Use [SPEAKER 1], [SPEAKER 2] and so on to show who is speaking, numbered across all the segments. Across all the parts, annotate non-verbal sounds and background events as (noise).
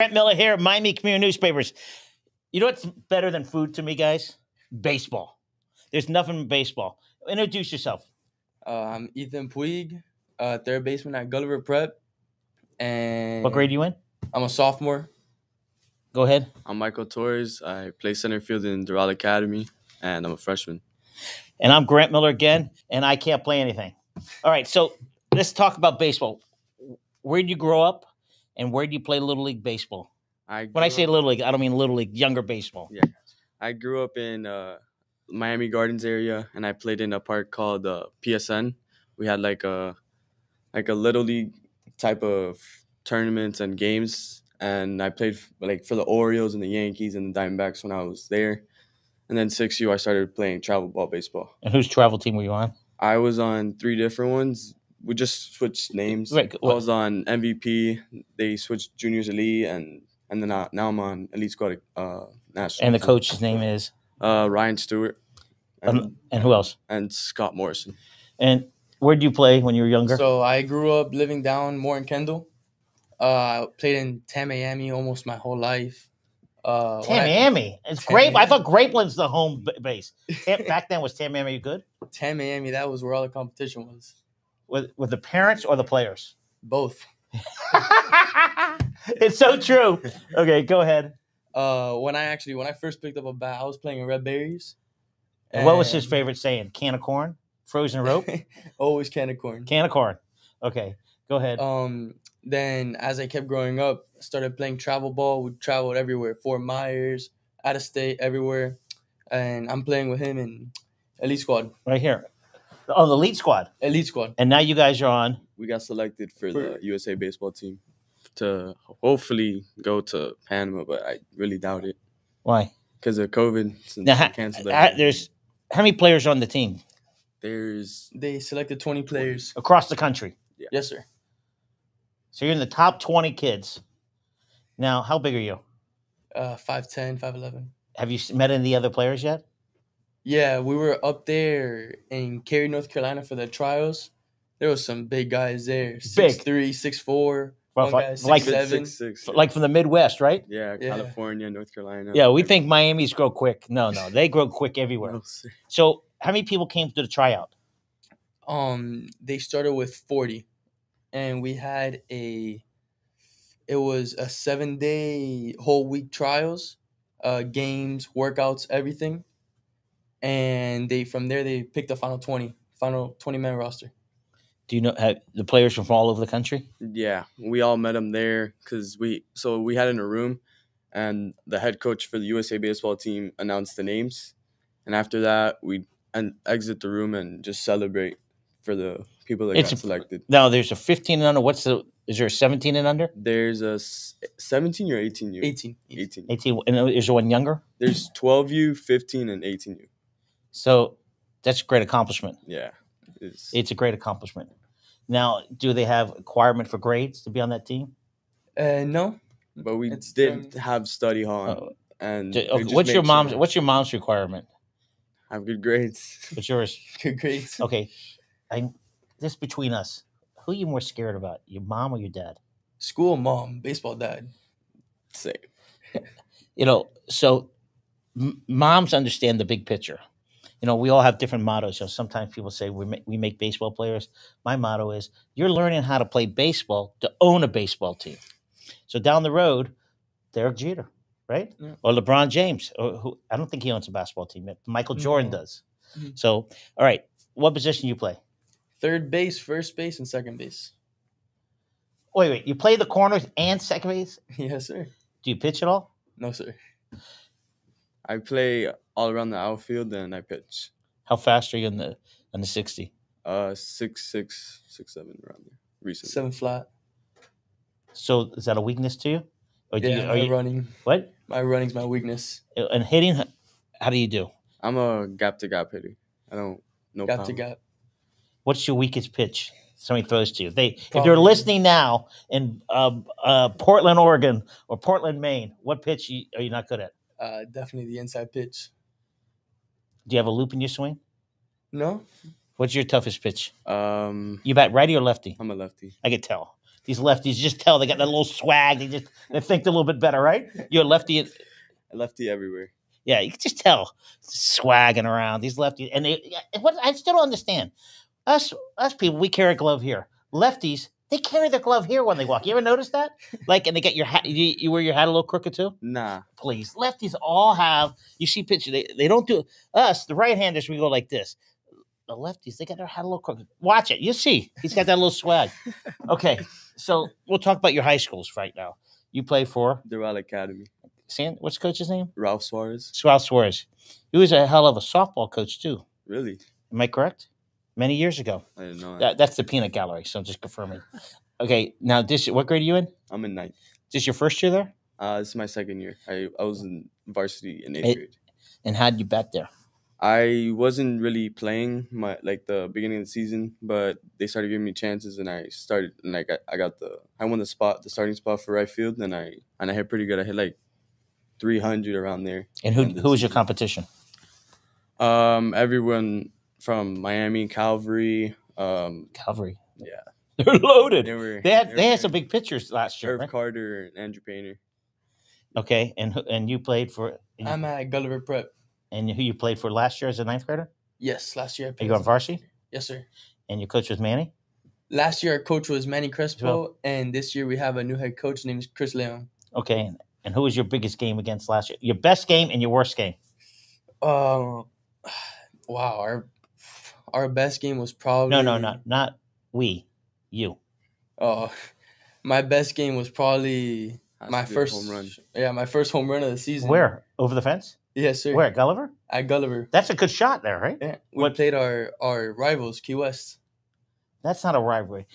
[SPEAKER 1] Brent Miller here, Miami Community Newspapers. You know what's better than food to me, guys? Baseball. There's nothing but baseball. Introduce yourself.
[SPEAKER 2] Uh, I'm Ethan Puig, uh, third baseman at Gulliver Prep, and
[SPEAKER 1] What grade you in?
[SPEAKER 2] I'm a sophomore.
[SPEAKER 1] Go ahead.
[SPEAKER 3] I'm Michael Torres. I play center field in Doral Academy, and I'm a freshman.
[SPEAKER 1] And I'm Grant Miller again, and I can't play anything. All right, so let's talk about baseball. Where would you grow up, and where do you play Little League baseball?
[SPEAKER 3] I
[SPEAKER 1] When I
[SPEAKER 3] grew
[SPEAKER 1] say
[SPEAKER 3] up,
[SPEAKER 1] Little League, I don't mean Little League, younger baseball.
[SPEAKER 3] Yeah. I grew up in uh, Miami Gardens area, and I played in a park called uh, PSN. We had like a like a little league type of tournaments and games, and I played f- like for the Orioles and the Yankees and the Diamondbacks when I was there. And then six U, I started playing travel ball baseball.
[SPEAKER 1] And whose travel team were you on?
[SPEAKER 3] I was on three different ones. We just switched names.
[SPEAKER 1] Right,
[SPEAKER 3] I
[SPEAKER 1] what-
[SPEAKER 3] was on MVP. They switched juniors elite, and and then I, now I'm on elite squad. Uh, national.
[SPEAKER 1] And the coach's name is,
[SPEAKER 3] Uh, Ryan Stewart. And,
[SPEAKER 1] um, and who else?
[SPEAKER 3] and Scott Morrison.
[SPEAKER 1] And where did you play when you were younger?
[SPEAKER 2] So I grew up living down Morton Kendall. Uh, played in Tamiami almost my whole life. Uh, when I-
[SPEAKER 1] Tamiami. It's
[SPEAKER 2] Tamiami.
[SPEAKER 1] Grape. I thought Grapeland's the home b- base. Tam- Back then, was Tamiami good?
[SPEAKER 2] Tamiami, that was where all the competition was.
[SPEAKER 1] With, with the parents or the
[SPEAKER 2] (laughs)
[SPEAKER 1] players?
[SPEAKER 2] Both.
[SPEAKER 1] it's so true. Okay, go ahead.
[SPEAKER 2] Uh, when I actually when I first picked up a bat, I was playing in Red Berries.
[SPEAKER 1] And what was his
[SPEAKER 2] and
[SPEAKER 1] favorite saying? Can of corn? Frozen
[SPEAKER 2] (laughs)
[SPEAKER 1] rope?
[SPEAKER 2] always can of corn.
[SPEAKER 1] Can of corn. Okay, go ahead.
[SPEAKER 2] Um, then as I kept growing up, started playing travel ball. We traveled everywhere, Fort Myers, out of state, everywhere. And I'm playing with him in Elite Squad.
[SPEAKER 1] Right here. Oh, the lead squad.
[SPEAKER 2] Elite Squad.
[SPEAKER 1] And now you guys are on.
[SPEAKER 3] We got selected for
[SPEAKER 2] For-
[SPEAKER 3] the USA baseball team to hopefully go to Panama, but I really doubt it
[SPEAKER 1] Why?
[SPEAKER 3] because of COVID. Since
[SPEAKER 1] Now,
[SPEAKER 3] they
[SPEAKER 1] ha-
[SPEAKER 3] canceled
[SPEAKER 1] ha-
[SPEAKER 3] everything.
[SPEAKER 1] there's how many players are on the team
[SPEAKER 3] There's
[SPEAKER 2] They selected 20 players.
[SPEAKER 1] across the country?
[SPEAKER 2] Yes, sir.
[SPEAKER 1] So you're in the top 20 kids. Now, how big are you?
[SPEAKER 2] Uh, 5'10, 5'11.
[SPEAKER 1] Have you s- met any of the other players yet?
[SPEAKER 2] Yeah, we were up there in Cary, North Carolina for the trials. There was some big guys there. Six three, six four.
[SPEAKER 1] Well,
[SPEAKER 2] One
[SPEAKER 1] like-
[SPEAKER 2] guy's
[SPEAKER 1] like-
[SPEAKER 2] six, seven.
[SPEAKER 3] six, six,
[SPEAKER 1] F- like from the Midwest, right?
[SPEAKER 3] yeah,
[SPEAKER 2] Yeah.
[SPEAKER 3] California, North Carolina.
[SPEAKER 1] Yeah, we think Miami's grow quick. No, no, they grow quick everywhere.
[SPEAKER 3] everywhere else.
[SPEAKER 1] So, how many people came to the tryout?
[SPEAKER 2] um they started with 40 and we had a it was a seven day whole week trials uh games workouts everything and they from there they picked the final 20 final 20 man roster
[SPEAKER 1] Do you know have the players from all over the country?
[SPEAKER 3] Yeah, we all met him there because we so we had in a room, and the head coach for the USA baseball team announced the names, and after that we and exit the room and just celebrate for the people that
[SPEAKER 1] It's
[SPEAKER 3] got
[SPEAKER 1] a-
[SPEAKER 3] selected.
[SPEAKER 1] No, there's a 15 and under. What's the? Is there a 17 and under?
[SPEAKER 3] There's a s- seventeen or eighteen U.
[SPEAKER 2] 18
[SPEAKER 3] Eighteen.
[SPEAKER 1] 18. And is there one younger?
[SPEAKER 3] There's twelve U, fifteen, and eighteen U.
[SPEAKER 1] So that's a great accomplishment.
[SPEAKER 3] Yeah, it's,
[SPEAKER 1] It's a great accomplishment. Now, do they have requirement for grades to be on that team?
[SPEAKER 2] uh no (laughs)
[SPEAKER 3] but we
[SPEAKER 2] it's
[SPEAKER 3] did
[SPEAKER 2] done.
[SPEAKER 3] have study hall
[SPEAKER 1] Uh,
[SPEAKER 3] and
[SPEAKER 1] j-
[SPEAKER 3] they
[SPEAKER 1] okay,
[SPEAKER 3] just
[SPEAKER 1] what's your
[SPEAKER 3] made
[SPEAKER 1] mom's?
[SPEAKER 3] sure
[SPEAKER 1] What's your mom's requirement?
[SPEAKER 3] have good grades. (laughs)
[SPEAKER 1] What's yours?
[SPEAKER 2] good grades
[SPEAKER 1] Okay, I. This between us. Who are you more scared about, your mom or your dad?
[SPEAKER 2] school mom baseball dad
[SPEAKER 3] Same.
[SPEAKER 1] you know, so m- moms understand the big picture. You know, we all have different mottos. You know, sometimes people say we make, we make baseball players. My motto is you're learning how to play baseball to own a baseball team. So down the road, Derek Jeter, right,
[SPEAKER 2] Yeah.
[SPEAKER 1] or LeBron James, or who I don't think he owns a basketball team. but Michael Jordan
[SPEAKER 2] No.
[SPEAKER 1] does.
[SPEAKER 2] Mhm.
[SPEAKER 1] So, all right, what position do you play?
[SPEAKER 2] third base first base and second base (laughs)
[SPEAKER 1] Wait, wait, you play the corners and second base?
[SPEAKER 2] yes sir
[SPEAKER 1] Do you pitch at all?
[SPEAKER 2] no sir
[SPEAKER 3] I play all around the outfield and I pitch.
[SPEAKER 1] How fast are you in the in the sixty?
[SPEAKER 3] Uh, six, six, six, seven around there. Recently,
[SPEAKER 2] seven flat
[SPEAKER 1] So is that a weakness to you? Or do
[SPEAKER 2] yeah
[SPEAKER 1] you,
[SPEAKER 2] my
[SPEAKER 1] are you
[SPEAKER 2] running
[SPEAKER 1] what?
[SPEAKER 2] my running's my weakness
[SPEAKER 1] and hitting how do you do
[SPEAKER 3] I'm a gap to gap hitter. I don't no
[SPEAKER 2] gap to
[SPEAKER 3] power.
[SPEAKER 2] gap
[SPEAKER 1] what's your weakest pitch somebody throws to you they if
[SPEAKER 2] Probably-
[SPEAKER 1] they're listening now in um, uh, portland oregon or portland maine what pitch you, are you not good at
[SPEAKER 2] Uh, definitely the inside pitch.
[SPEAKER 1] do you have a loop in your swing
[SPEAKER 2] No,
[SPEAKER 1] what's your toughest pitch
[SPEAKER 3] Um,
[SPEAKER 1] you bat righty or lefty
[SPEAKER 3] I'm a lefty.
[SPEAKER 1] i could tell these lefties. Just tell they got that little swag. They just they think a little bit better, right? You're a lefty.
[SPEAKER 3] Lefty everywhere.
[SPEAKER 1] Yeah, you can just tell swagging around these lefties. And they and what I still don't understand us us people we carry a glove here. Lefties they carry their glove here when they walk. You ever notice that? Like, and they get your hat. You, you wear your hat a little crooked too.
[SPEAKER 3] Nah.
[SPEAKER 1] Please, lefties all have. You see picture. They they don't do us. The right handers we go like this. The lefties they got their hat a little crooked. Watch it. You see, he's got that little swag. Okay, so we'll talk about your high schools right now. You play for
[SPEAKER 3] Doral Academy.
[SPEAKER 1] San. What's the coach's name?
[SPEAKER 3] Ralph Suarez.
[SPEAKER 1] Ralph Suarez. He was a hell of a softball coach too.
[SPEAKER 3] Really?
[SPEAKER 1] Am I correct? Many years ago.
[SPEAKER 3] I didn't know that.
[SPEAKER 1] That, that's the peanut gallery. So I'm just confirming. Okay, now this. What grade are you in?
[SPEAKER 3] I'm in ninth.
[SPEAKER 1] This your first year there?
[SPEAKER 3] Uh, this is my second year. I, I was in varsity in eighth
[SPEAKER 1] Eight-
[SPEAKER 3] grade.
[SPEAKER 1] And how'd you bat there?
[SPEAKER 3] I wasn't really playing my like the beginning of the season, but they started giving me chances, and I started and I got I got the I won the spot the starting spot for right field, and I and I hit pretty good. I hit like three hundred around there.
[SPEAKER 1] And who
[SPEAKER 3] And
[SPEAKER 1] who was your competition?
[SPEAKER 3] Um, everyone from Miami, Calvary, um,
[SPEAKER 1] Calvary.
[SPEAKER 3] Yeah.
[SPEAKER 1] (laughs) They're
[SPEAKER 3] they
[SPEAKER 1] loaded.
[SPEAKER 3] were
[SPEAKER 1] They had they had
[SPEAKER 3] were-
[SPEAKER 1] some big pitchers last year.
[SPEAKER 3] Irv
[SPEAKER 1] Right?
[SPEAKER 3] Carter and Andrew Painter.
[SPEAKER 1] Okay, and who- and you played for and you-
[SPEAKER 2] I'm at Gulliver Prep.
[SPEAKER 1] and who you played for last year as a ninth grader?
[SPEAKER 2] Yes, last year. I
[SPEAKER 1] Are
[SPEAKER 2] played
[SPEAKER 1] you on
[SPEAKER 2] some-
[SPEAKER 1] varsity?
[SPEAKER 2] Yes, sir.
[SPEAKER 1] And your coach was Manny.
[SPEAKER 2] Last year, our coach was Manny Crespo,
[SPEAKER 1] well.
[SPEAKER 2] and this year we have a new head coach named Chris Leon.
[SPEAKER 1] Okay, and, and who was your biggest game against last year? Your best game and your worst game.
[SPEAKER 2] Um, wow, our our best game was probably
[SPEAKER 1] No, no, not not we, you.
[SPEAKER 2] Oh, (laughs) my best game was probably
[SPEAKER 3] That's
[SPEAKER 2] my
[SPEAKER 3] a good
[SPEAKER 2] first
[SPEAKER 3] home run.
[SPEAKER 2] Yeah, my first home run of the season.
[SPEAKER 1] Where over the fence?
[SPEAKER 2] Yes, sir.
[SPEAKER 1] Where Gulliver?
[SPEAKER 2] At Gulliver.
[SPEAKER 1] That's a good shot there, right?
[SPEAKER 2] Yeah, we
[SPEAKER 1] What-
[SPEAKER 2] played our our rivals, Key West.
[SPEAKER 1] That's not a rivalry.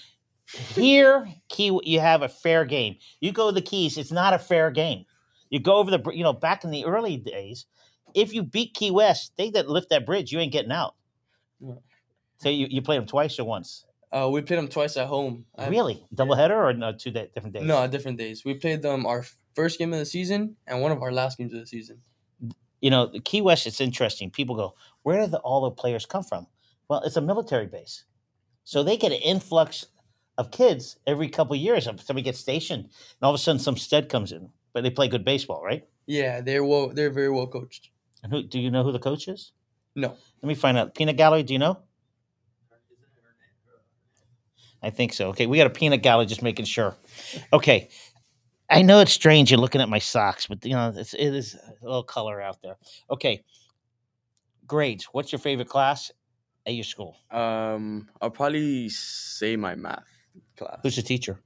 [SPEAKER 1] Here, key, you have a fair game. You go to the Keys, it's not a fair game. You go over the, br- you know, back in the early days, if you beat Key West, they that lift that bridge, you ain't getting out.
[SPEAKER 2] Yeah.
[SPEAKER 1] So you, you played them twice or once.
[SPEAKER 2] Uh, we played them twice at home. I-
[SPEAKER 1] really, doubleheader or no, two da- different days.
[SPEAKER 2] No, different days. We played them our first game of the season and one of our last games of the season.
[SPEAKER 1] you know, the Key West, it's interesting. People go, where did the, all the players come from? Well, it's a military base. So they get an influx of kids every couple of years. Somebody gets stationed, and all of a sudden some stud comes in. But they play good baseball, right?
[SPEAKER 2] Yeah, they're well. They're very well coached.
[SPEAKER 1] And who, do you know who the coach is?
[SPEAKER 2] No.
[SPEAKER 1] Let me find out. Peanut Gallery, do you know? I think so. Okay, we got a peanut gallery just making sure. Okay. I know it's strange you're looking at my socks, but you know, it's, it is a little color out there. Okay. Grades. What's your favorite class at your school?
[SPEAKER 3] Um, I'll probably say my math class.
[SPEAKER 1] Who's the teacher?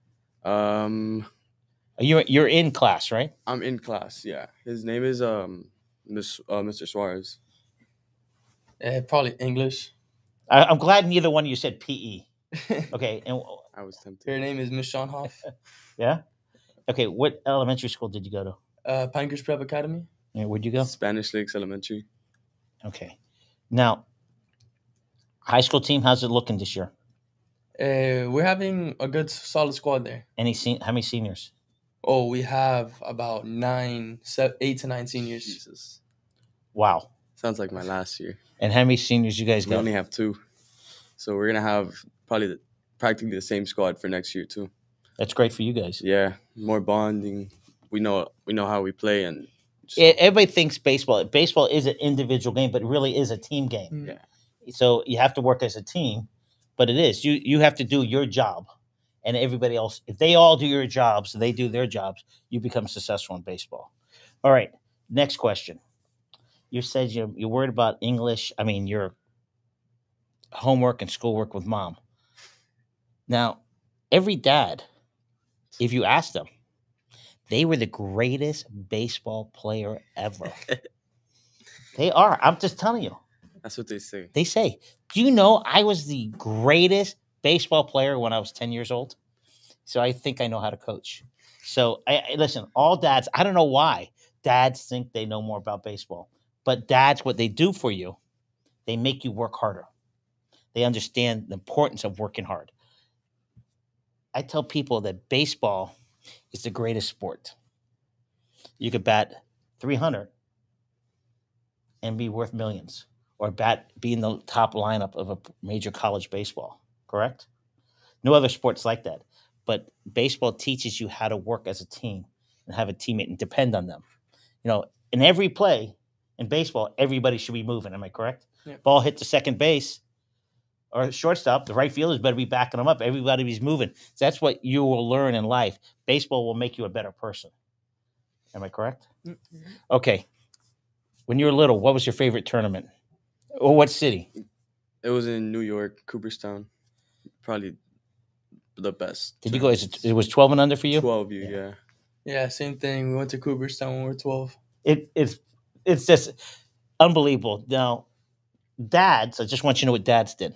[SPEAKER 3] Um,
[SPEAKER 1] You're you're in class, right?
[SPEAKER 3] I'm in class. Yeah, his name is um, Miss uh, Mr. Suarez.
[SPEAKER 2] Eh, probably English.
[SPEAKER 1] I, I'm glad neither one of you said PE. Okay, and
[SPEAKER 3] I was tempted.
[SPEAKER 2] Her name is
[SPEAKER 1] (laughs)
[SPEAKER 2] Miss Schoenhoff.
[SPEAKER 1] yeah, okay. What elementary school did you go to?
[SPEAKER 2] Uh, Pinecrest Prep Academy.
[SPEAKER 1] Yeah, where'd you go?
[SPEAKER 3] Spanish Lakes Elementary.
[SPEAKER 1] Okay. Now, high school team, how's it looking this year?
[SPEAKER 2] Uh, we're having a good solid squad there.
[SPEAKER 1] Any sen- how many seniors?
[SPEAKER 2] Oh, we have about nine, se- eight to nine seniors.
[SPEAKER 3] Jesus,
[SPEAKER 1] Wow.
[SPEAKER 3] sounds like my last year.
[SPEAKER 1] And how many seniors you guys
[SPEAKER 3] We
[SPEAKER 1] got?
[SPEAKER 3] only have two, so we're gonna have probably the, practically the same squad for next year too.
[SPEAKER 1] That's great for you guys.
[SPEAKER 3] Yeah, more bonding. We know we know how we play and just,
[SPEAKER 1] E- Everybody thinks baseball. Baseball is an individual game, but it really is a team game.
[SPEAKER 2] Mm.
[SPEAKER 3] Yeah.
[SPEAKER 1] So you have to work as a team, but it is you. You have to do your job, and everybody else. If they all do your jobs, they do their jobs. You become successful in baseball. All right. Next question. You said you're, you're worried about English. I mean, your homework and schoolwork with mom. Now, every dad, if you ask them, they were the greatest baseball player ever. they are. I'm just telling you.
[SPEAKER 3] that's what they say.
[SPEAKER 1] They say, Do you know I was the greatest baseball player when I was 10 years old? So I think I know how to coach. So I, I- listen, all dads, I don't know why dads think they know more about baseball, but dads, what they do for you, they make you work harder. They understand the importance of working hard. I tell people that baseball is the greatest sport. You could bat 300 and be worth millions or bat be in the top lineup of a p- major college baseball. Correct? No other sports like that. but baseball teaches you how to work as a team and have a teammate and depend on them. You know, in every play in baseball, everybody should be moving. Am I correct?
[SPEAKER 2] Yeah.
[SPEAKER 1] Ball hit to second base or shortstop, the right fielders better be backing them up. Everybody be moving. So that's what you will learn in life. Baseball will make you a better person. Am I correct? Okay. When you were little, what was your favorite tournament? Or what city?
[SPEAKER 3] It was in New York, Cooperstown. Probably the best.
[SPEAKER 1] Did you go? Is it, it was 12 and under for you?
[SPEAKER 3] Twelve, you
[SPEAKER 1] Yeah.
[SPEAKER 3] yeah.
[SPEAKER 2] Yeah, same thing. We went to Cooperstown when we were 12.
[SPEAKER 1] it, it's it's just unbelievable. Now, dads, I just want you to know what dads did.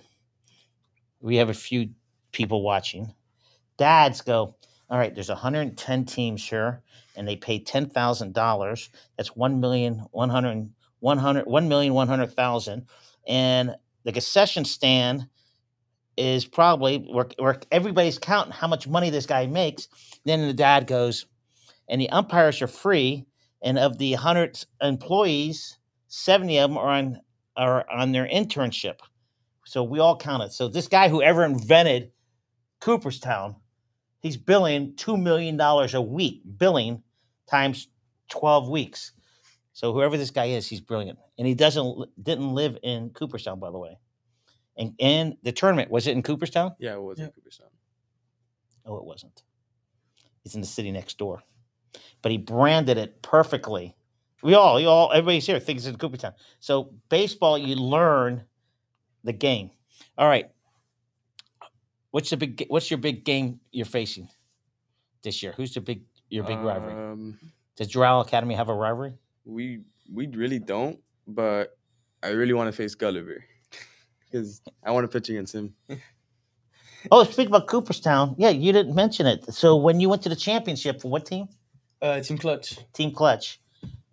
[SPEAKER 1] We have a few people watching. Dads go, all right. There's 110 teams here, and they pay ten thousand dollars. That's one million one hundred one hundred one million one hundred thousand, and the concession stand is probably where, where everybody's counting how much money this guy makes. Then the dad goes, and the umpires are free and of the 100 employees 70 of them are on are on their internship so we all counted so this guy whoever invented cooperstown he's billing $2 million a week billing times 12 weeks so whoever this guy is he's brilliant and he doesn't li- didn't live in cooperstown by the way and and the tournament was it in cooperstown
[SPEAKER 3] Yeah, it was
[SPEAKER 2] Yeah.
[SPEAKER 3] in Cooperstown.
[SPEAKER 1] no it wasn't it's in the city next door but he branded it perfectly. We all, you all, everybody's here thinks it's in Cooperstown. So baseball, you learn the game. All right, what's the big? ga- What's your big game you're facing this year? Who's the big? Your big rivalry?
[SPEAKER 3] Um,
[SPEAKER 1] Does Doral Academy have a rivalry?
[SPEAKER 3] we we really don't, but I really want to face Gulliver (laughs) because I want to pitch against him.
[SPEAKER 1] Oh, speak about Cooperstown. Yeah, you didn't mention it. So when you went to the championship for what team?
[SPEAKER 2] Uh, Team Clutch.
[SPEAKER 1] Team Clutch,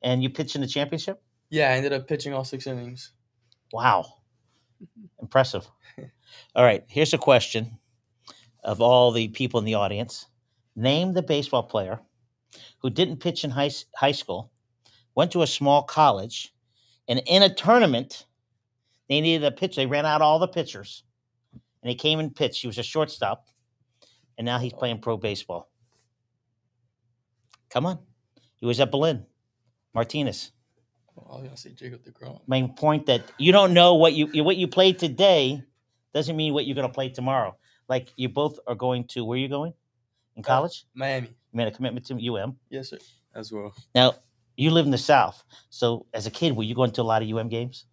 [SPEAKER 1] and you pitched in the championship.
[SPEAKER 2] Yeah, I ended up pitching all six innings.
[SPEAKER 1] Wow. Impressive. All right, here's a question of all the people in the audience. Name the baseball player who didn't pitch in high, s- high school, went to a small college, and in a tournament, they needed a pitch. They ran out all the pitchers, and he came and pitched. He was a shortstop, and now he's playing pro baseball. Come on. He was at Berlin. Martinez
[SPEAKER 2] Oh, I was going to say Jacob DeGrom.
[SPEAKER 1] my point that you don't know what you you- what you played today doesn't mean what you're going to play tomorrow. Like you both are going to where are you going in
[SPEAKER 2] Uh,
[SPEAKER 1] college?
[SPEAKER 2] Miami.
[SPEAKER 1] You made a commitment to UM.
[SPEAKER 2] Yes, sir.
[SPEAKER 3] as well.
[SPEAKER 1] Now you live in the South, so as a kid, were you going to a lot of UM games?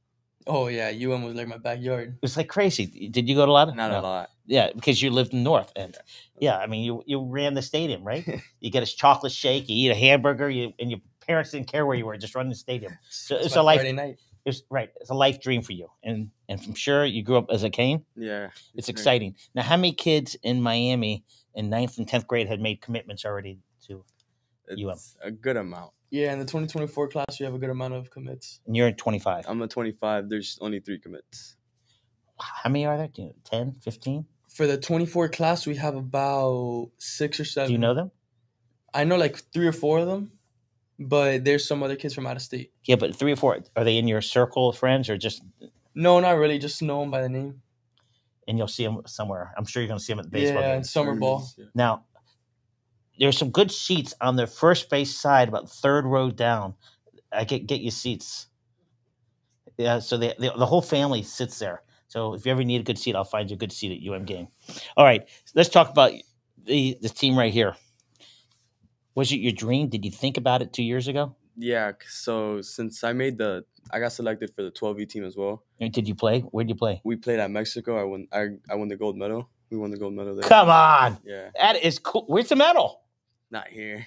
[SPEAKER 2] Oh, yeah. UM was like my backyard.
[SPEAKER 1] It was like crazy. Did you go to a lot of?
[SPEAKER 3] Not
[SPEAKER 1] No.
[SPEAKER 3] a lot.
[SPEAKER 1] Yeah, because you lived in North End. Yeah, I mean you you ran the stadium, right? you get a chocolate shake, you eat a hamburger, you and your parents didn't care where you were, just run the stadium. So
[SPEAKER 2] It's
[SPEAKER 1] it's
[SPEAKER 2] my
[SPEAKER 1] a life.
[SPEAKER 2] Friday night.
[SPEAKER 1] It's right. It's a life dream for you, and and I'm sure you grew up as a cane.
[SPEAKER 3] Yeah,
[SPEAKER 1] It's
[SPEAKER 3] very-
[SPEAKER 1] exciting. Now, how many kids in Miami in ninth and tenth grade had made commitments already to? You up.
[SPEAKER 3] It's a good amount.
[SPEAKER 2] Yeah, in the 2024 class, we have a good amount of commits.
[SPEAKER 1] And you're in 25.
[SPEAKER 3] I'm a 25. There's only three commits.
[SPEAKER 1] How many are there? Do you, 10, 15?
[SPEAKER 2] For the 24 class, we have about six or seven.
[SPEAKER 1] Do you know them?
[SPEAKER 2] I know like three or four of them, but there's some other kids from out of state.
[SPEAKER 1] Yeah, but three or four. Are they in your circle of friends or just,
[SPEAKER 2] No, not really. Just know them by the name.
[SPEAKER 1] and you'll see them somewhere? I'm sure you're going to see them at the baseball
[SPEAKER 2] yeah,
[SPEAKER 1] games.
[SPEAKER 2] and summer ball.
[SPEAKER 3] Yeah.
[SPEAKER 1] Now, there's some good seats on the first base side, about third row down. I get get you seats. Yeah, so the, the the whole family sits there. So if you ever need a good seat, I'll find you a good seat at UM game. All right, let's talk about the the team right here. Was it your dream? Did you think about it two years ago?
[SPEAKER 3] Yeah, c- So since I made the, I got selected for the 12V team as well.
[SPEAKER 1] Or Did you play? Where did you play?
[SPEAKER 3] We played at Mexico. I won. I, I won the gold medal. We won the gold medal there.
[SPEAKER 1] Come on,
[SPEAKER 3] Yeah,
[SPEAKER 1] that is cool. Where's the medal?
[SPEAKER 3] not here.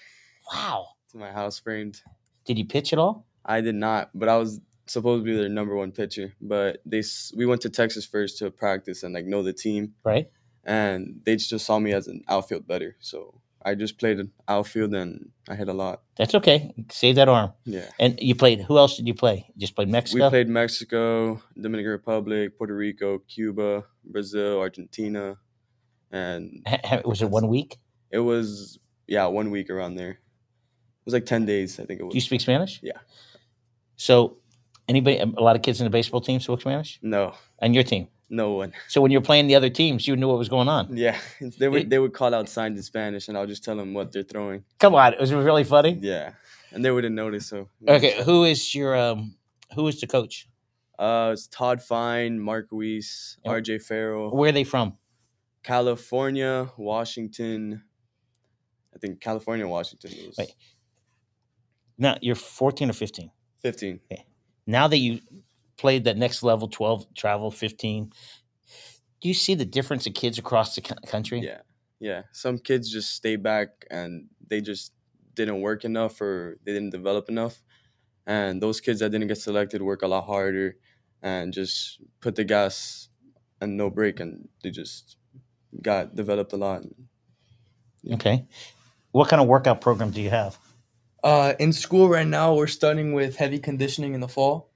[SPEAKER 1] Wow.
[SPEAKER 3] To my house framed.
[SPEAKER 1] Did you pitch at all?
[SPEAKER 3] I did not, but I was supposed to be their number one pitcher. But they, s- we went to Texas first to practice and like know the team,
[SPEAKER 1] Right.
[SPEAKER 3] and they just saw me as an outfield better. So I just played outfield and I hit a lot.
[SPEAKER 1] That's okay. Save that arm.
[SPEAKER 3] Yeah.
[SPEAKER 1] And you played. Who else did you play? You just played Mexico.
[SPEAKER 3] We played Mexico, Dominican Republic, Puerto Rico, Cuba, Brazil, Argentina, and
[SPEAKER 1] Ha- ha- was it
[SPEAKER 3] That's-
[SPEAKER 1] one week?
[SPEAKER 3] it was yeah one week around there. It was like ten days, I think it was.
[SPEAKER 1] Do you speak Spanish?
[SPEAKER 3] Yeah.
[SPEAKER 1] So, anybody, a lot of kids in the baseball team spoke Spanish
[SPEAKER 3] no,
[SPEAKER 1] on your team.
[SPEAKER 3] No one. (laughs)
[SPEAKER 1] So when you're playing the other teams, you knew what was going on.
[SPEAKER 3] Yeah, (laughs) they would they would call out signs in Spanish, and I'll just tell them what they're throwing.
[SPEAKER 1] Come on, it was really funny.
[SPEAKER 3] Yeah, and they wouldn't notice. So
[SPEAKER 1] Okay, who is your um who is the coach?
[SPEAKER 3] uh, it's Todd Fine, Mark Weiss,
[SPEAKER 1] Yep.
[SPEAKER 3] R.J. Farrell,
[SPEAKER 1] Where are they from?
[SPEAKER 3] California, Washington. I think California, Washington was
[SPEAKER 1] Wait. Now you're 14 or 15.
[SPEAKER 3] fifteen.
[SPEAKER 1] Now that you played that next level 12 travel 15, do you see the difference of kids across the coun- country?
[SPEAKER 3] Yeah, yeah. Some kids just stay back and they just didn't work enough or they didn't develop enough. And those kids that didn't get selected work a lot harder and just put the gas and no break, and they just got developed a lot.
[SPEAKER 1] Okay. What kind of workout program do you have?
[SPEAKER 2] Uh, in school right now, we're starting with heavy conditioning in the fall,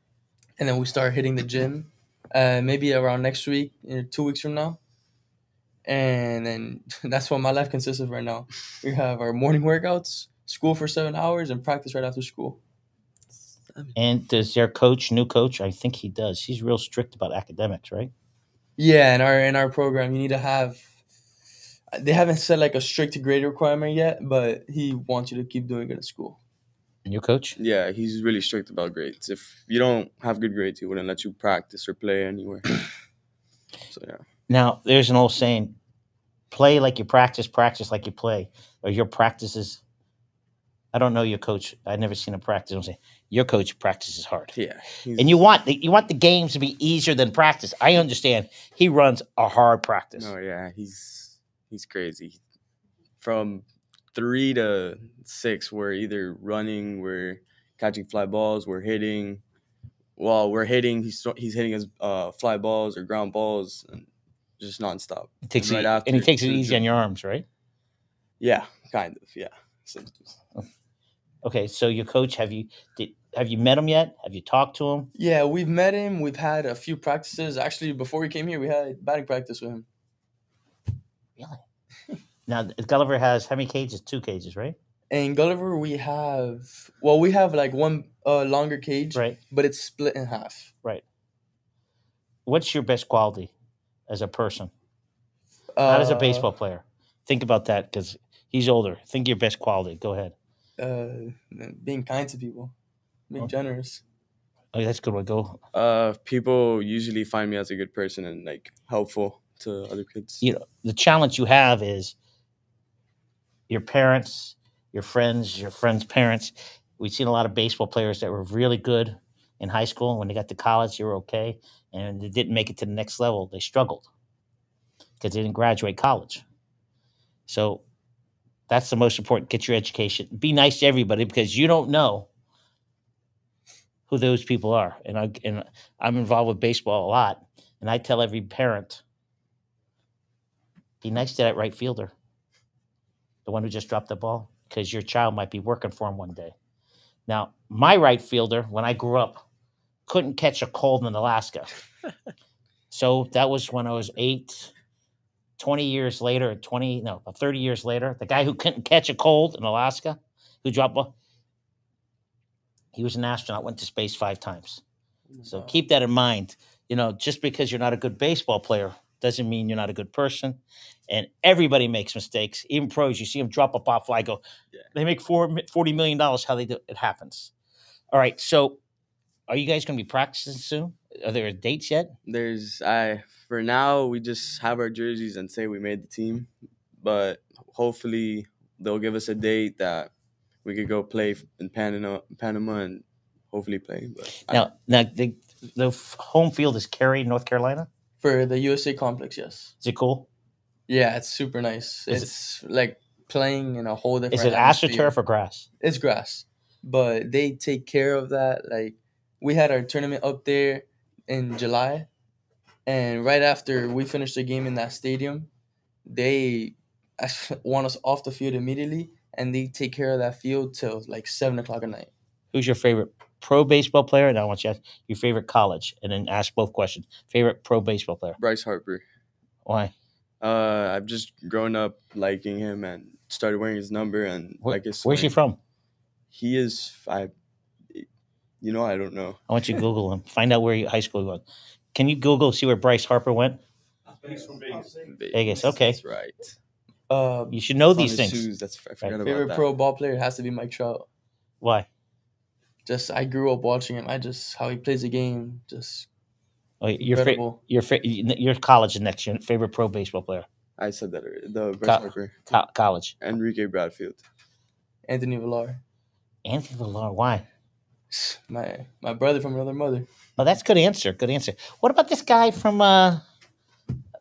[SPEAKER 2] and then we start hitting the gym, uh, maybe around next week, or two weeks from now. And then (laughs) that's what my life consists of right now. We have our morning workouts, school for seven hours, and practice right after school.
[SPEAKER 1] And does their coach, new coach, I think he does. He's real strict about academics, right?
[SPEAKER 2] Yeah, in our in our program, you need to have. They haven't set like a strict grade requirement yet, but he wants you to keep doing good at school.
[SPEAKER 1] New coach?
[SPEAKER 3] Yeah, he's really strict about grades. If you don't have good grades, he wouldn't let you practice or
[SPEAKER 1] (coughs)
[SPEAKER 3] play anywhere. so yeah,
[SPEAKER 1] Now, there's an old saying play like you practice, practice like you play, or your practices. I don't know your coach. I've never seen him practice. I'm saying your coach practices hard.
[SPEAKER 3] yeah. he's-
[SPEAKER 1] And you want the, you want the games to be easier than practice. I understand. He runs a hard practice.
[SPEAKER 3] No, yeah, he's he's crazy. From three to six, we're either running, we're catching fly balls, we're hitting. Well, we're hitting. He's thro- he's hitting his uh, fly balls or ground balls, and just nonstop.
[SPEAKER 1] He takes it,
[SPEAKER 3] Right
[SPEAKER 1] and he
[SPEAKER 3] after
[SPEAKER 1] takes it
[SPEAKER 3] to the
[SPEAKER 1] easy
[SPEAKER 3] gym.
[SPEAKER 1] on your arms, right?
[SPEAKER 3] Yeah, kind of. Yeah. So,
[SPEAKER 1] Okay, so your coach, have you did, have you met him yet? Have you talked to him?
[SPEAKER 2] Yeah, we've met him. We've had a few practices. Actually, before we came here, we had batting practice with him.
[SPEAKER 1] Now Gulliver has how many cages? Two cages, right?
[SPEAKER 2] In Gulliver, we have well, we have like one uh, longer cage,
[SPEAKER 1] Right.
[SPEAKER 2] but it's split in half.
[SPEAKER 1] What's your best quality as a person,
[SPEAKER 2] Uh,
[SPEAKER 1] not as a baseball player? Think about that because he's older. Think your best quality. Go ahead.
[SPEAKER 2] Uh, being kind to people, being
[SPEAKER 1] Okay.
[SPEAKER 2] generous.
[SPEAKER 1] Oh, that's a good one. Go.
[SPEAKER 3] uh, people usually find me as a good person and like helpful to other kids.
[SPEAKER 1] You know the challenge you have is your parents, your friends, your friends' parents. We've seen a lot of baseball players that were really good in high school. When they got to college, they were okay, and they didn't make it to the next level. They struggled because they didn't graduate college. So that's the most important. Get your education. Be nice to everybody because you don't know who those people are. And I and I'm involved with baseball a lot, and I tell every parent, be nice to that right fielder, the one who just dropped the ball, because your child might be working for him one day. Now, my right fielder, when I grew up, couldn't catch a cold in Alaska. so that was when I was eight. 20 years later, 20, no, 30 years later, the guy who couldn't catch a cold in Alaska, who dropped, ball- he was an astronaut, went to space five times. So keep that in mind. You know, just because you're not a good baseball player doesn't mean you're not a good person. And everybody makes mistakes, even pros. You see them drop a pop fly, go,
[SPEAKER 3] Yeah.
[SPEAKER 1] they make four, $40 million. How they do it happens. All right. So are you guys going to be practicing soon? Are there dates yet?
[SPEAKER 3] there's I for now we just have our jerseys and say we made the team, but hopefully they'll give us a date that we could go play in Panama, Panama, and hopefully play. But I-
[SPEAKER 1] Now, now the, the f- home field is Cary, North Carolina.
[SPEAKER 2] For the USA complex, yes.
[SPEAKER 1] Is it cool?
[SPEAKER 2] Yeah, it's super nice.
[SPEAKER 1] Is it-
[SPEAKER 2] it's like playing in a whole different.
[SPEAKER 1] Is it
[SPEAKER 2] atmosphere.
[SPEAKER 1] astroturf or grass?
[SPEAKER 2] it's grass, but they take care of that. Like we had our tournament up there in July, and right after we finished the game in that stadium, they (laughs) want us off the field immediately, and they take care of that field till like seven o'clock at night. Who's
[SPEAKER 1] Who's your favorite pro baseball player? And I want you to ask your favorite college and then ask both questions. Favorite pro baseball player.
[SPEAKER 3] Bryce Harper,
[SPEAKER 1] Why?
[SPEAKER 3] uh, I've just grown up liking him and started wearing his number and
[SPEAKER 1] Where-
[SPEAKER 3] like his.
[SPEAKER 1] where's he
[SPEAKER 3] swing.
[SPEAKER 1] from?
[SPEAKER 3] He is I, you know I don't know.
[SPEAKER 1] I want you to Google him. Find out where you, high school he was. Can you Google see where Bryce Harper went?
[SPEAKER 3] Vegas.
[SPEAKER 1] Vegas. Okay,
[SPEAKER 3] That's right.
[SPEAKER 2] Uh,
[SPEAKER 1] you should know
[SPEAKER 3] It's on
[SPEAKER 1] these
[SPEAKER 3] his
[SPEAKER 1] things.
[SPEAKER 3] Shoes. That's I forgot about
[SPEAKER 2] favorite
[SPEAKER 3] that.
[SPEAKER 2] pro ball player has to be Mike Trout.
[SPEAKER 1] Why?
[SPEAKER 2] Just I grew up watching him. I just how he plays the game. Just
[SPEAKER 1] Oh, your fa-
[SPEAKER 2] Incredible.
[SPEAKER 1] your fa- your college is next. Your favorite pro baseball player?
[SPEAKER 3] I said that already. The Bryce
[SPEAKER 1] Cut.
[SPEAKER 3] Harper.
[SPEAKER 1] Co- college.
[SPEAKER 3] Enrique Bradfield.
[SPEAKER 2] Anthony Villar. (sighs)
[SPEAKER 1] Anthony Villar. Why?
[SPEAKER 2] My my brother from another mother.
[SPEAKER 1] Oh, that's good answer. Good answer. What about this guy from uh,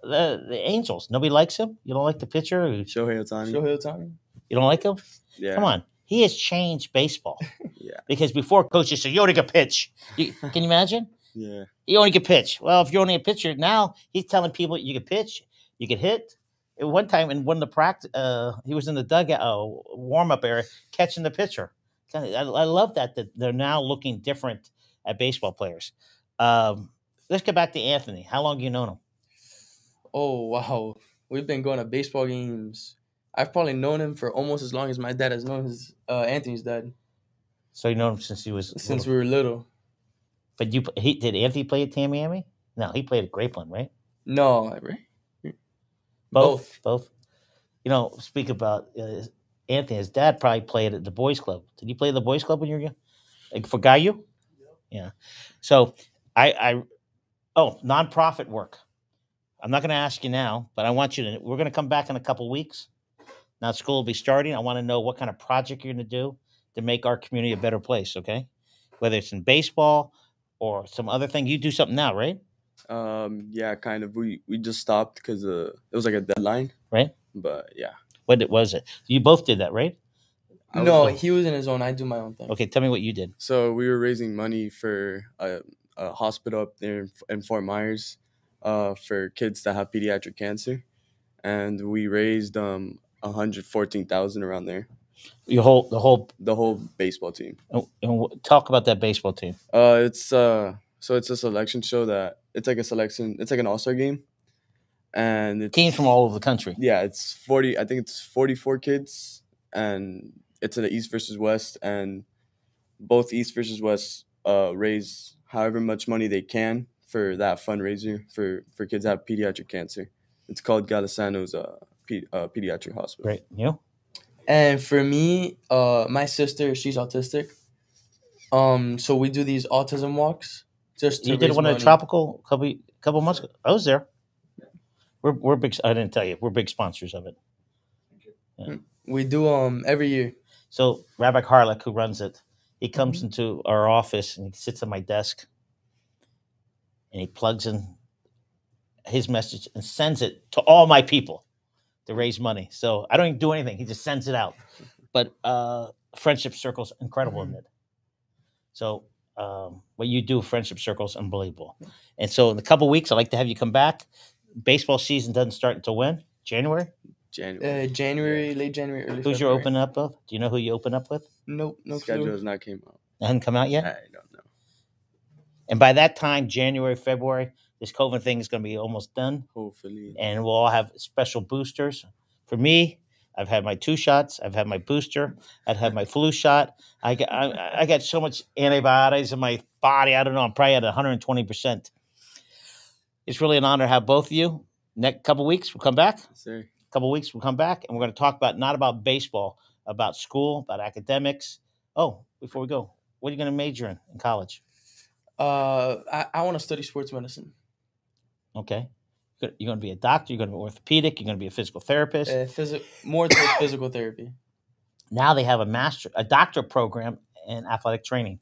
[SPEAKER 1] the the Angels? Nobody likes him. You don't like the pitcher. You
[SPEAKER 3] Shohei Otani.
[SPEAKER 2] Shohei Ohtani.
[SPEAKER 1] don't like him.
[SPEAKER 3] Yeah.
[SPEAKER 1] Come on. He has changed baseball.
[SPEAKER 3] Yeah.
[SPEAKER 1] Because before coaches said you only could pitch. You, can you imagine?
[SPEAKER 3] Yeah.
[SPEAKER 1] You only could pitch. Well, if you're only a pitcher now, he's telling people you could pitch, you could hit. At one time in one of the practice, uh, he was in the dugout uh, warm up area catching the pitcher. Kinda- I, I love that that they're now looking different at baseball players. Um, let's get back to Anthony. How long you known him?
[SPEAKER 2] Oh (laughs) wow, we've been going to baseball games. I've probably known him for almost as long as my dad has known his uh, Anthony's dad
[SPEAKER 1] So you know him since he was
[SPEAKER 2] since
[SPEAKER 1] little.
[SPEAKER 2] we were little.
[SPEAKER 1] but you he did Anthony play at Tamiami? No, he played at Grapeland, right?
[SPEAKER 2] No, right?
[SPEAKER 1] Both. Both. You know, speak about uh, Anthony. His dad probably played at the boys' club. Did you play at the boys' club when you were young? Like for Gayu? Yeah. So I, I, oh, nonprofit work. I'm not going to ask you now, but I want you to. We're going to come back in a couple weeks. Now school will be starting. I want to know what kind of project you're going to do to make our community a better place. Okay, whether it's in baseball or some other thing, you do something now, right?
[SPEAKER 3] Um. Yeah. Kind of. We we just stopped because uh, it was like a deadline.
[SPEAKER 1] Right.
[SPEAKER 3] But yeah.
[SPEAKER 1] What it- was it? You both did that, right?
[SPEAKER 3] I was
[SPEAKER 2] no,
[SPEAKER 3] the-
[SPEAKER 2] he was in his own. I do my own thing.
[SPEAKER 1] Okay, tell me what you did.
[SPEAKER 3] So we were raising money for a, a hospital up there in, in Fort Myers uh, for kids that have pediatric cancer, and we raised um 114,000 around there.
[SPEAKER 1] Your whole the whole
[SPEAKER 3] The whole baseball team.
[SPEAKER 1] Oh, and wh- talk about that baseball team.
[SPEAKER 3] Uh, it's uh, so it's a selection show that it's like a selection. It's like an all star game, and it's,
[SPEAKER 1] Teams from all over the country.
[SPEAKER 3] yeah, it's forty. I think it's forty four kids, and it's an East versus West, and both East versus West uh, raise however much money they can for that fundraiser for for kids that have pediatric cancer. It's called Galisano's uh, pe- uh pediatric hospital.
[SPEAKER 1] Great, you know?
[SPEAKER 2] And for me, uh, my sister, she's autistic. Um, so we do these autism walks. Just to
[SPEAKER 1] you did
[SPEAKER 2] raise
[SPEAKER 1] one at
[SPEAKER 2] money.
[SPEAKER 1] tropical couple couple months ago. I was there. We're we're big. I didn't tell you. We're big sponsors of it.
[SPEAKER 2] We do um every year.
[SPEAKER 1] So Rabbi Harlech, who runs it, he comes
[SPEAKER 2] Mm-hmm.
[SPEAKER 1] into our office and he sits at my desk, and he plugs in his message and sends it to all my people to raise money. So I don't even do anything. He just sends it out. But uh, friendship circles incredible
[SPEAKER 2] Mm-hmm.
[SPEAKER 1] in it. So um, what you do, friendship circles, unbelievable. And so in a couple weeks, I'd like to have you come back. Baseball season doesn't start until when? January.
[SPEAKER 3] January.
[SPEAKER 2] Uh, January, late January, early.
[SPEAKER 1] Who's your
[SPEAKER 2] February.
[SPEAKER 1] opening up of? Do you know who you open up with?
[SPEAKER 2] Nope, no
[SPEAKER 3] schedule
[SPEAKER 2] clue.
[SPEAKER 3] has not came out.
[SPEAKER 1] It hasn't come out yet.
[SPEAKER 3] I don't know.
[SPEAKER 1] And by that time, January, February, this COVID thing is going to be almost done,
[SPEAKER 3] Hopefully,
[SPEAKER 1] and we'll all have special boosters. For me, I've had my two shots. I've had my booster. I've had my flu shot. I got, I, I got so much antibiotics in my body. I don't know. I'm probably at 120 percent. It's really an honor to have both of you. Next couple weeks, we'll come back
[SPEAKER 3] sir.
[SPEAKER 1] couple weeks we'll come back and we're going to talk about not about baseball about school about academics oh before we go what are you going to major in in college
[SPEAKER 2] Uh, I, I want to study sports medicine.
[SPEAKER 1] okay you're going to be a doctor you're going to be orthopedic you're going to be a physical therapist
[SPEAKER 3] Eh.
[SPEAKER 2] Uh, physi-
[SPEAKER 1] (coughs)
[SPEAKER 2] more towards physical therapy.
[SPEAKER 1] now they have a master a doctor program in athletic training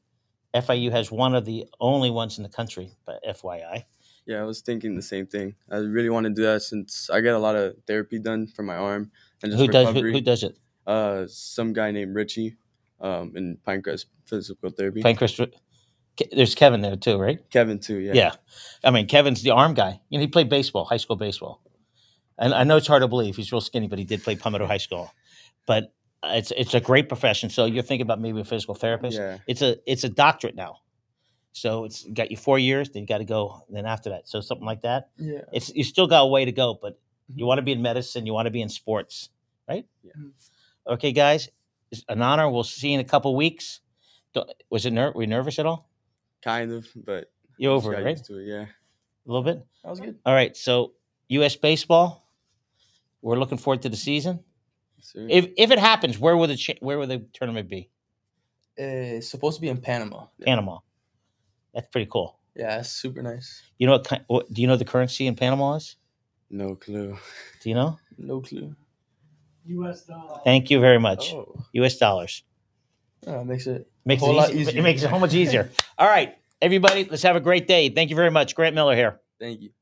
[SPEAKER 1] fiu has one of the only ones in the country but fyi
[SPEAKER 3] Yeah, I was thinking the same thing. I really want to do that since I get a lot of therapy done for my arm and just
[SPEAKER 1] who does who,
[SPEAKER 3] recovery.
[SPEAKER 1] who does it
[SPEAKER 3] uh, some guy named Richie, um, in Pinecrest Physical Therapy.
[SPEAKER 1] pancreas Ke- there's kevin there too right
[SPEAKER 3] Kevin too. Yeah.
[SPEAKER 1] Yeah. I mean, Kevin's the arm guy. You know, he played baseball, high school baseball. And I know it's hard to believe he's real skinny, but he did play Palmetto High School. But uh, it's it's a great profession. So you're thinking about maybe a physical therapist.
[SPEAKER 3] Yeah.
[SPEAKER 1] It's a it's a doctorate now. So it's got you four years, then you got to go then after that. So something like that.
[SPEAKER 2] Yeah.
[SPEAKER 1] It's you still got a way to go, but you
[SPEAKER 2] Mhm.
[SPEAKER 1] want to be in medicine, you want to be in sports, right?
[SPEAKER 3] Mm-hmm. Yeah.
[SPEAKER 2] Mhm.
[SPEAKER 1] Okay, guys, it's an honor. We'll see you in a couple weeks. Don't- Was it ner- were you nervous at all?
[SPEAKER 3] Kind of, but
[SPEAKER 1] You
[SPEAKER 3] just
[SPEAKER 1] over
[SPEAKER 3] got
[SPEAKER 1] it, right?
[SPEAKER 3] used to it, Yeah.
[SPEAKER 1] A little bit.
[SPEAKER 2] That was good.
[SPEAKER 1] All right. So U.S. baseball. We're looking forward to the season.
[SPEAKER 3] Sir.
[SPEAKER 1] If if it happens, where will the cha- where will the tournament be?
[SPEAKER 2] Uh, It's supposed to be in Panama.
[SPEAKER 1] Panama. That's pretty cool.
[SPEAKER 2] Yeah, it's super nice.
[SPEAKER 1] You know what, ki- what? Do you know the currency in Panama is?
[SPEAKER 3] no clue.
[SPEAKER 1] Do you know?
[SPEAKER 2] No clue.
[SPEAKER 4] U.S. dollar.
[SPEAKER 1] Thank you very much.
[SPEAKER 2] Oh,
[SPEAKER 1] U.S. dollars
[SPEAKER 2] that Oh, makes it.
[SPEAKER 1] makes
[SPEAKER 2] Whole
[SPEAKER 1] it
[SPEAKER 2] lot
[SPEAKER 1] easy-
[SPEAKER 2] easier.
[SPEAKER 1] It makes it so much easier. All right, everybody. Let's have a great day. Thank you very much, Grant Miller here.
[SPEAKER 2] Thank you.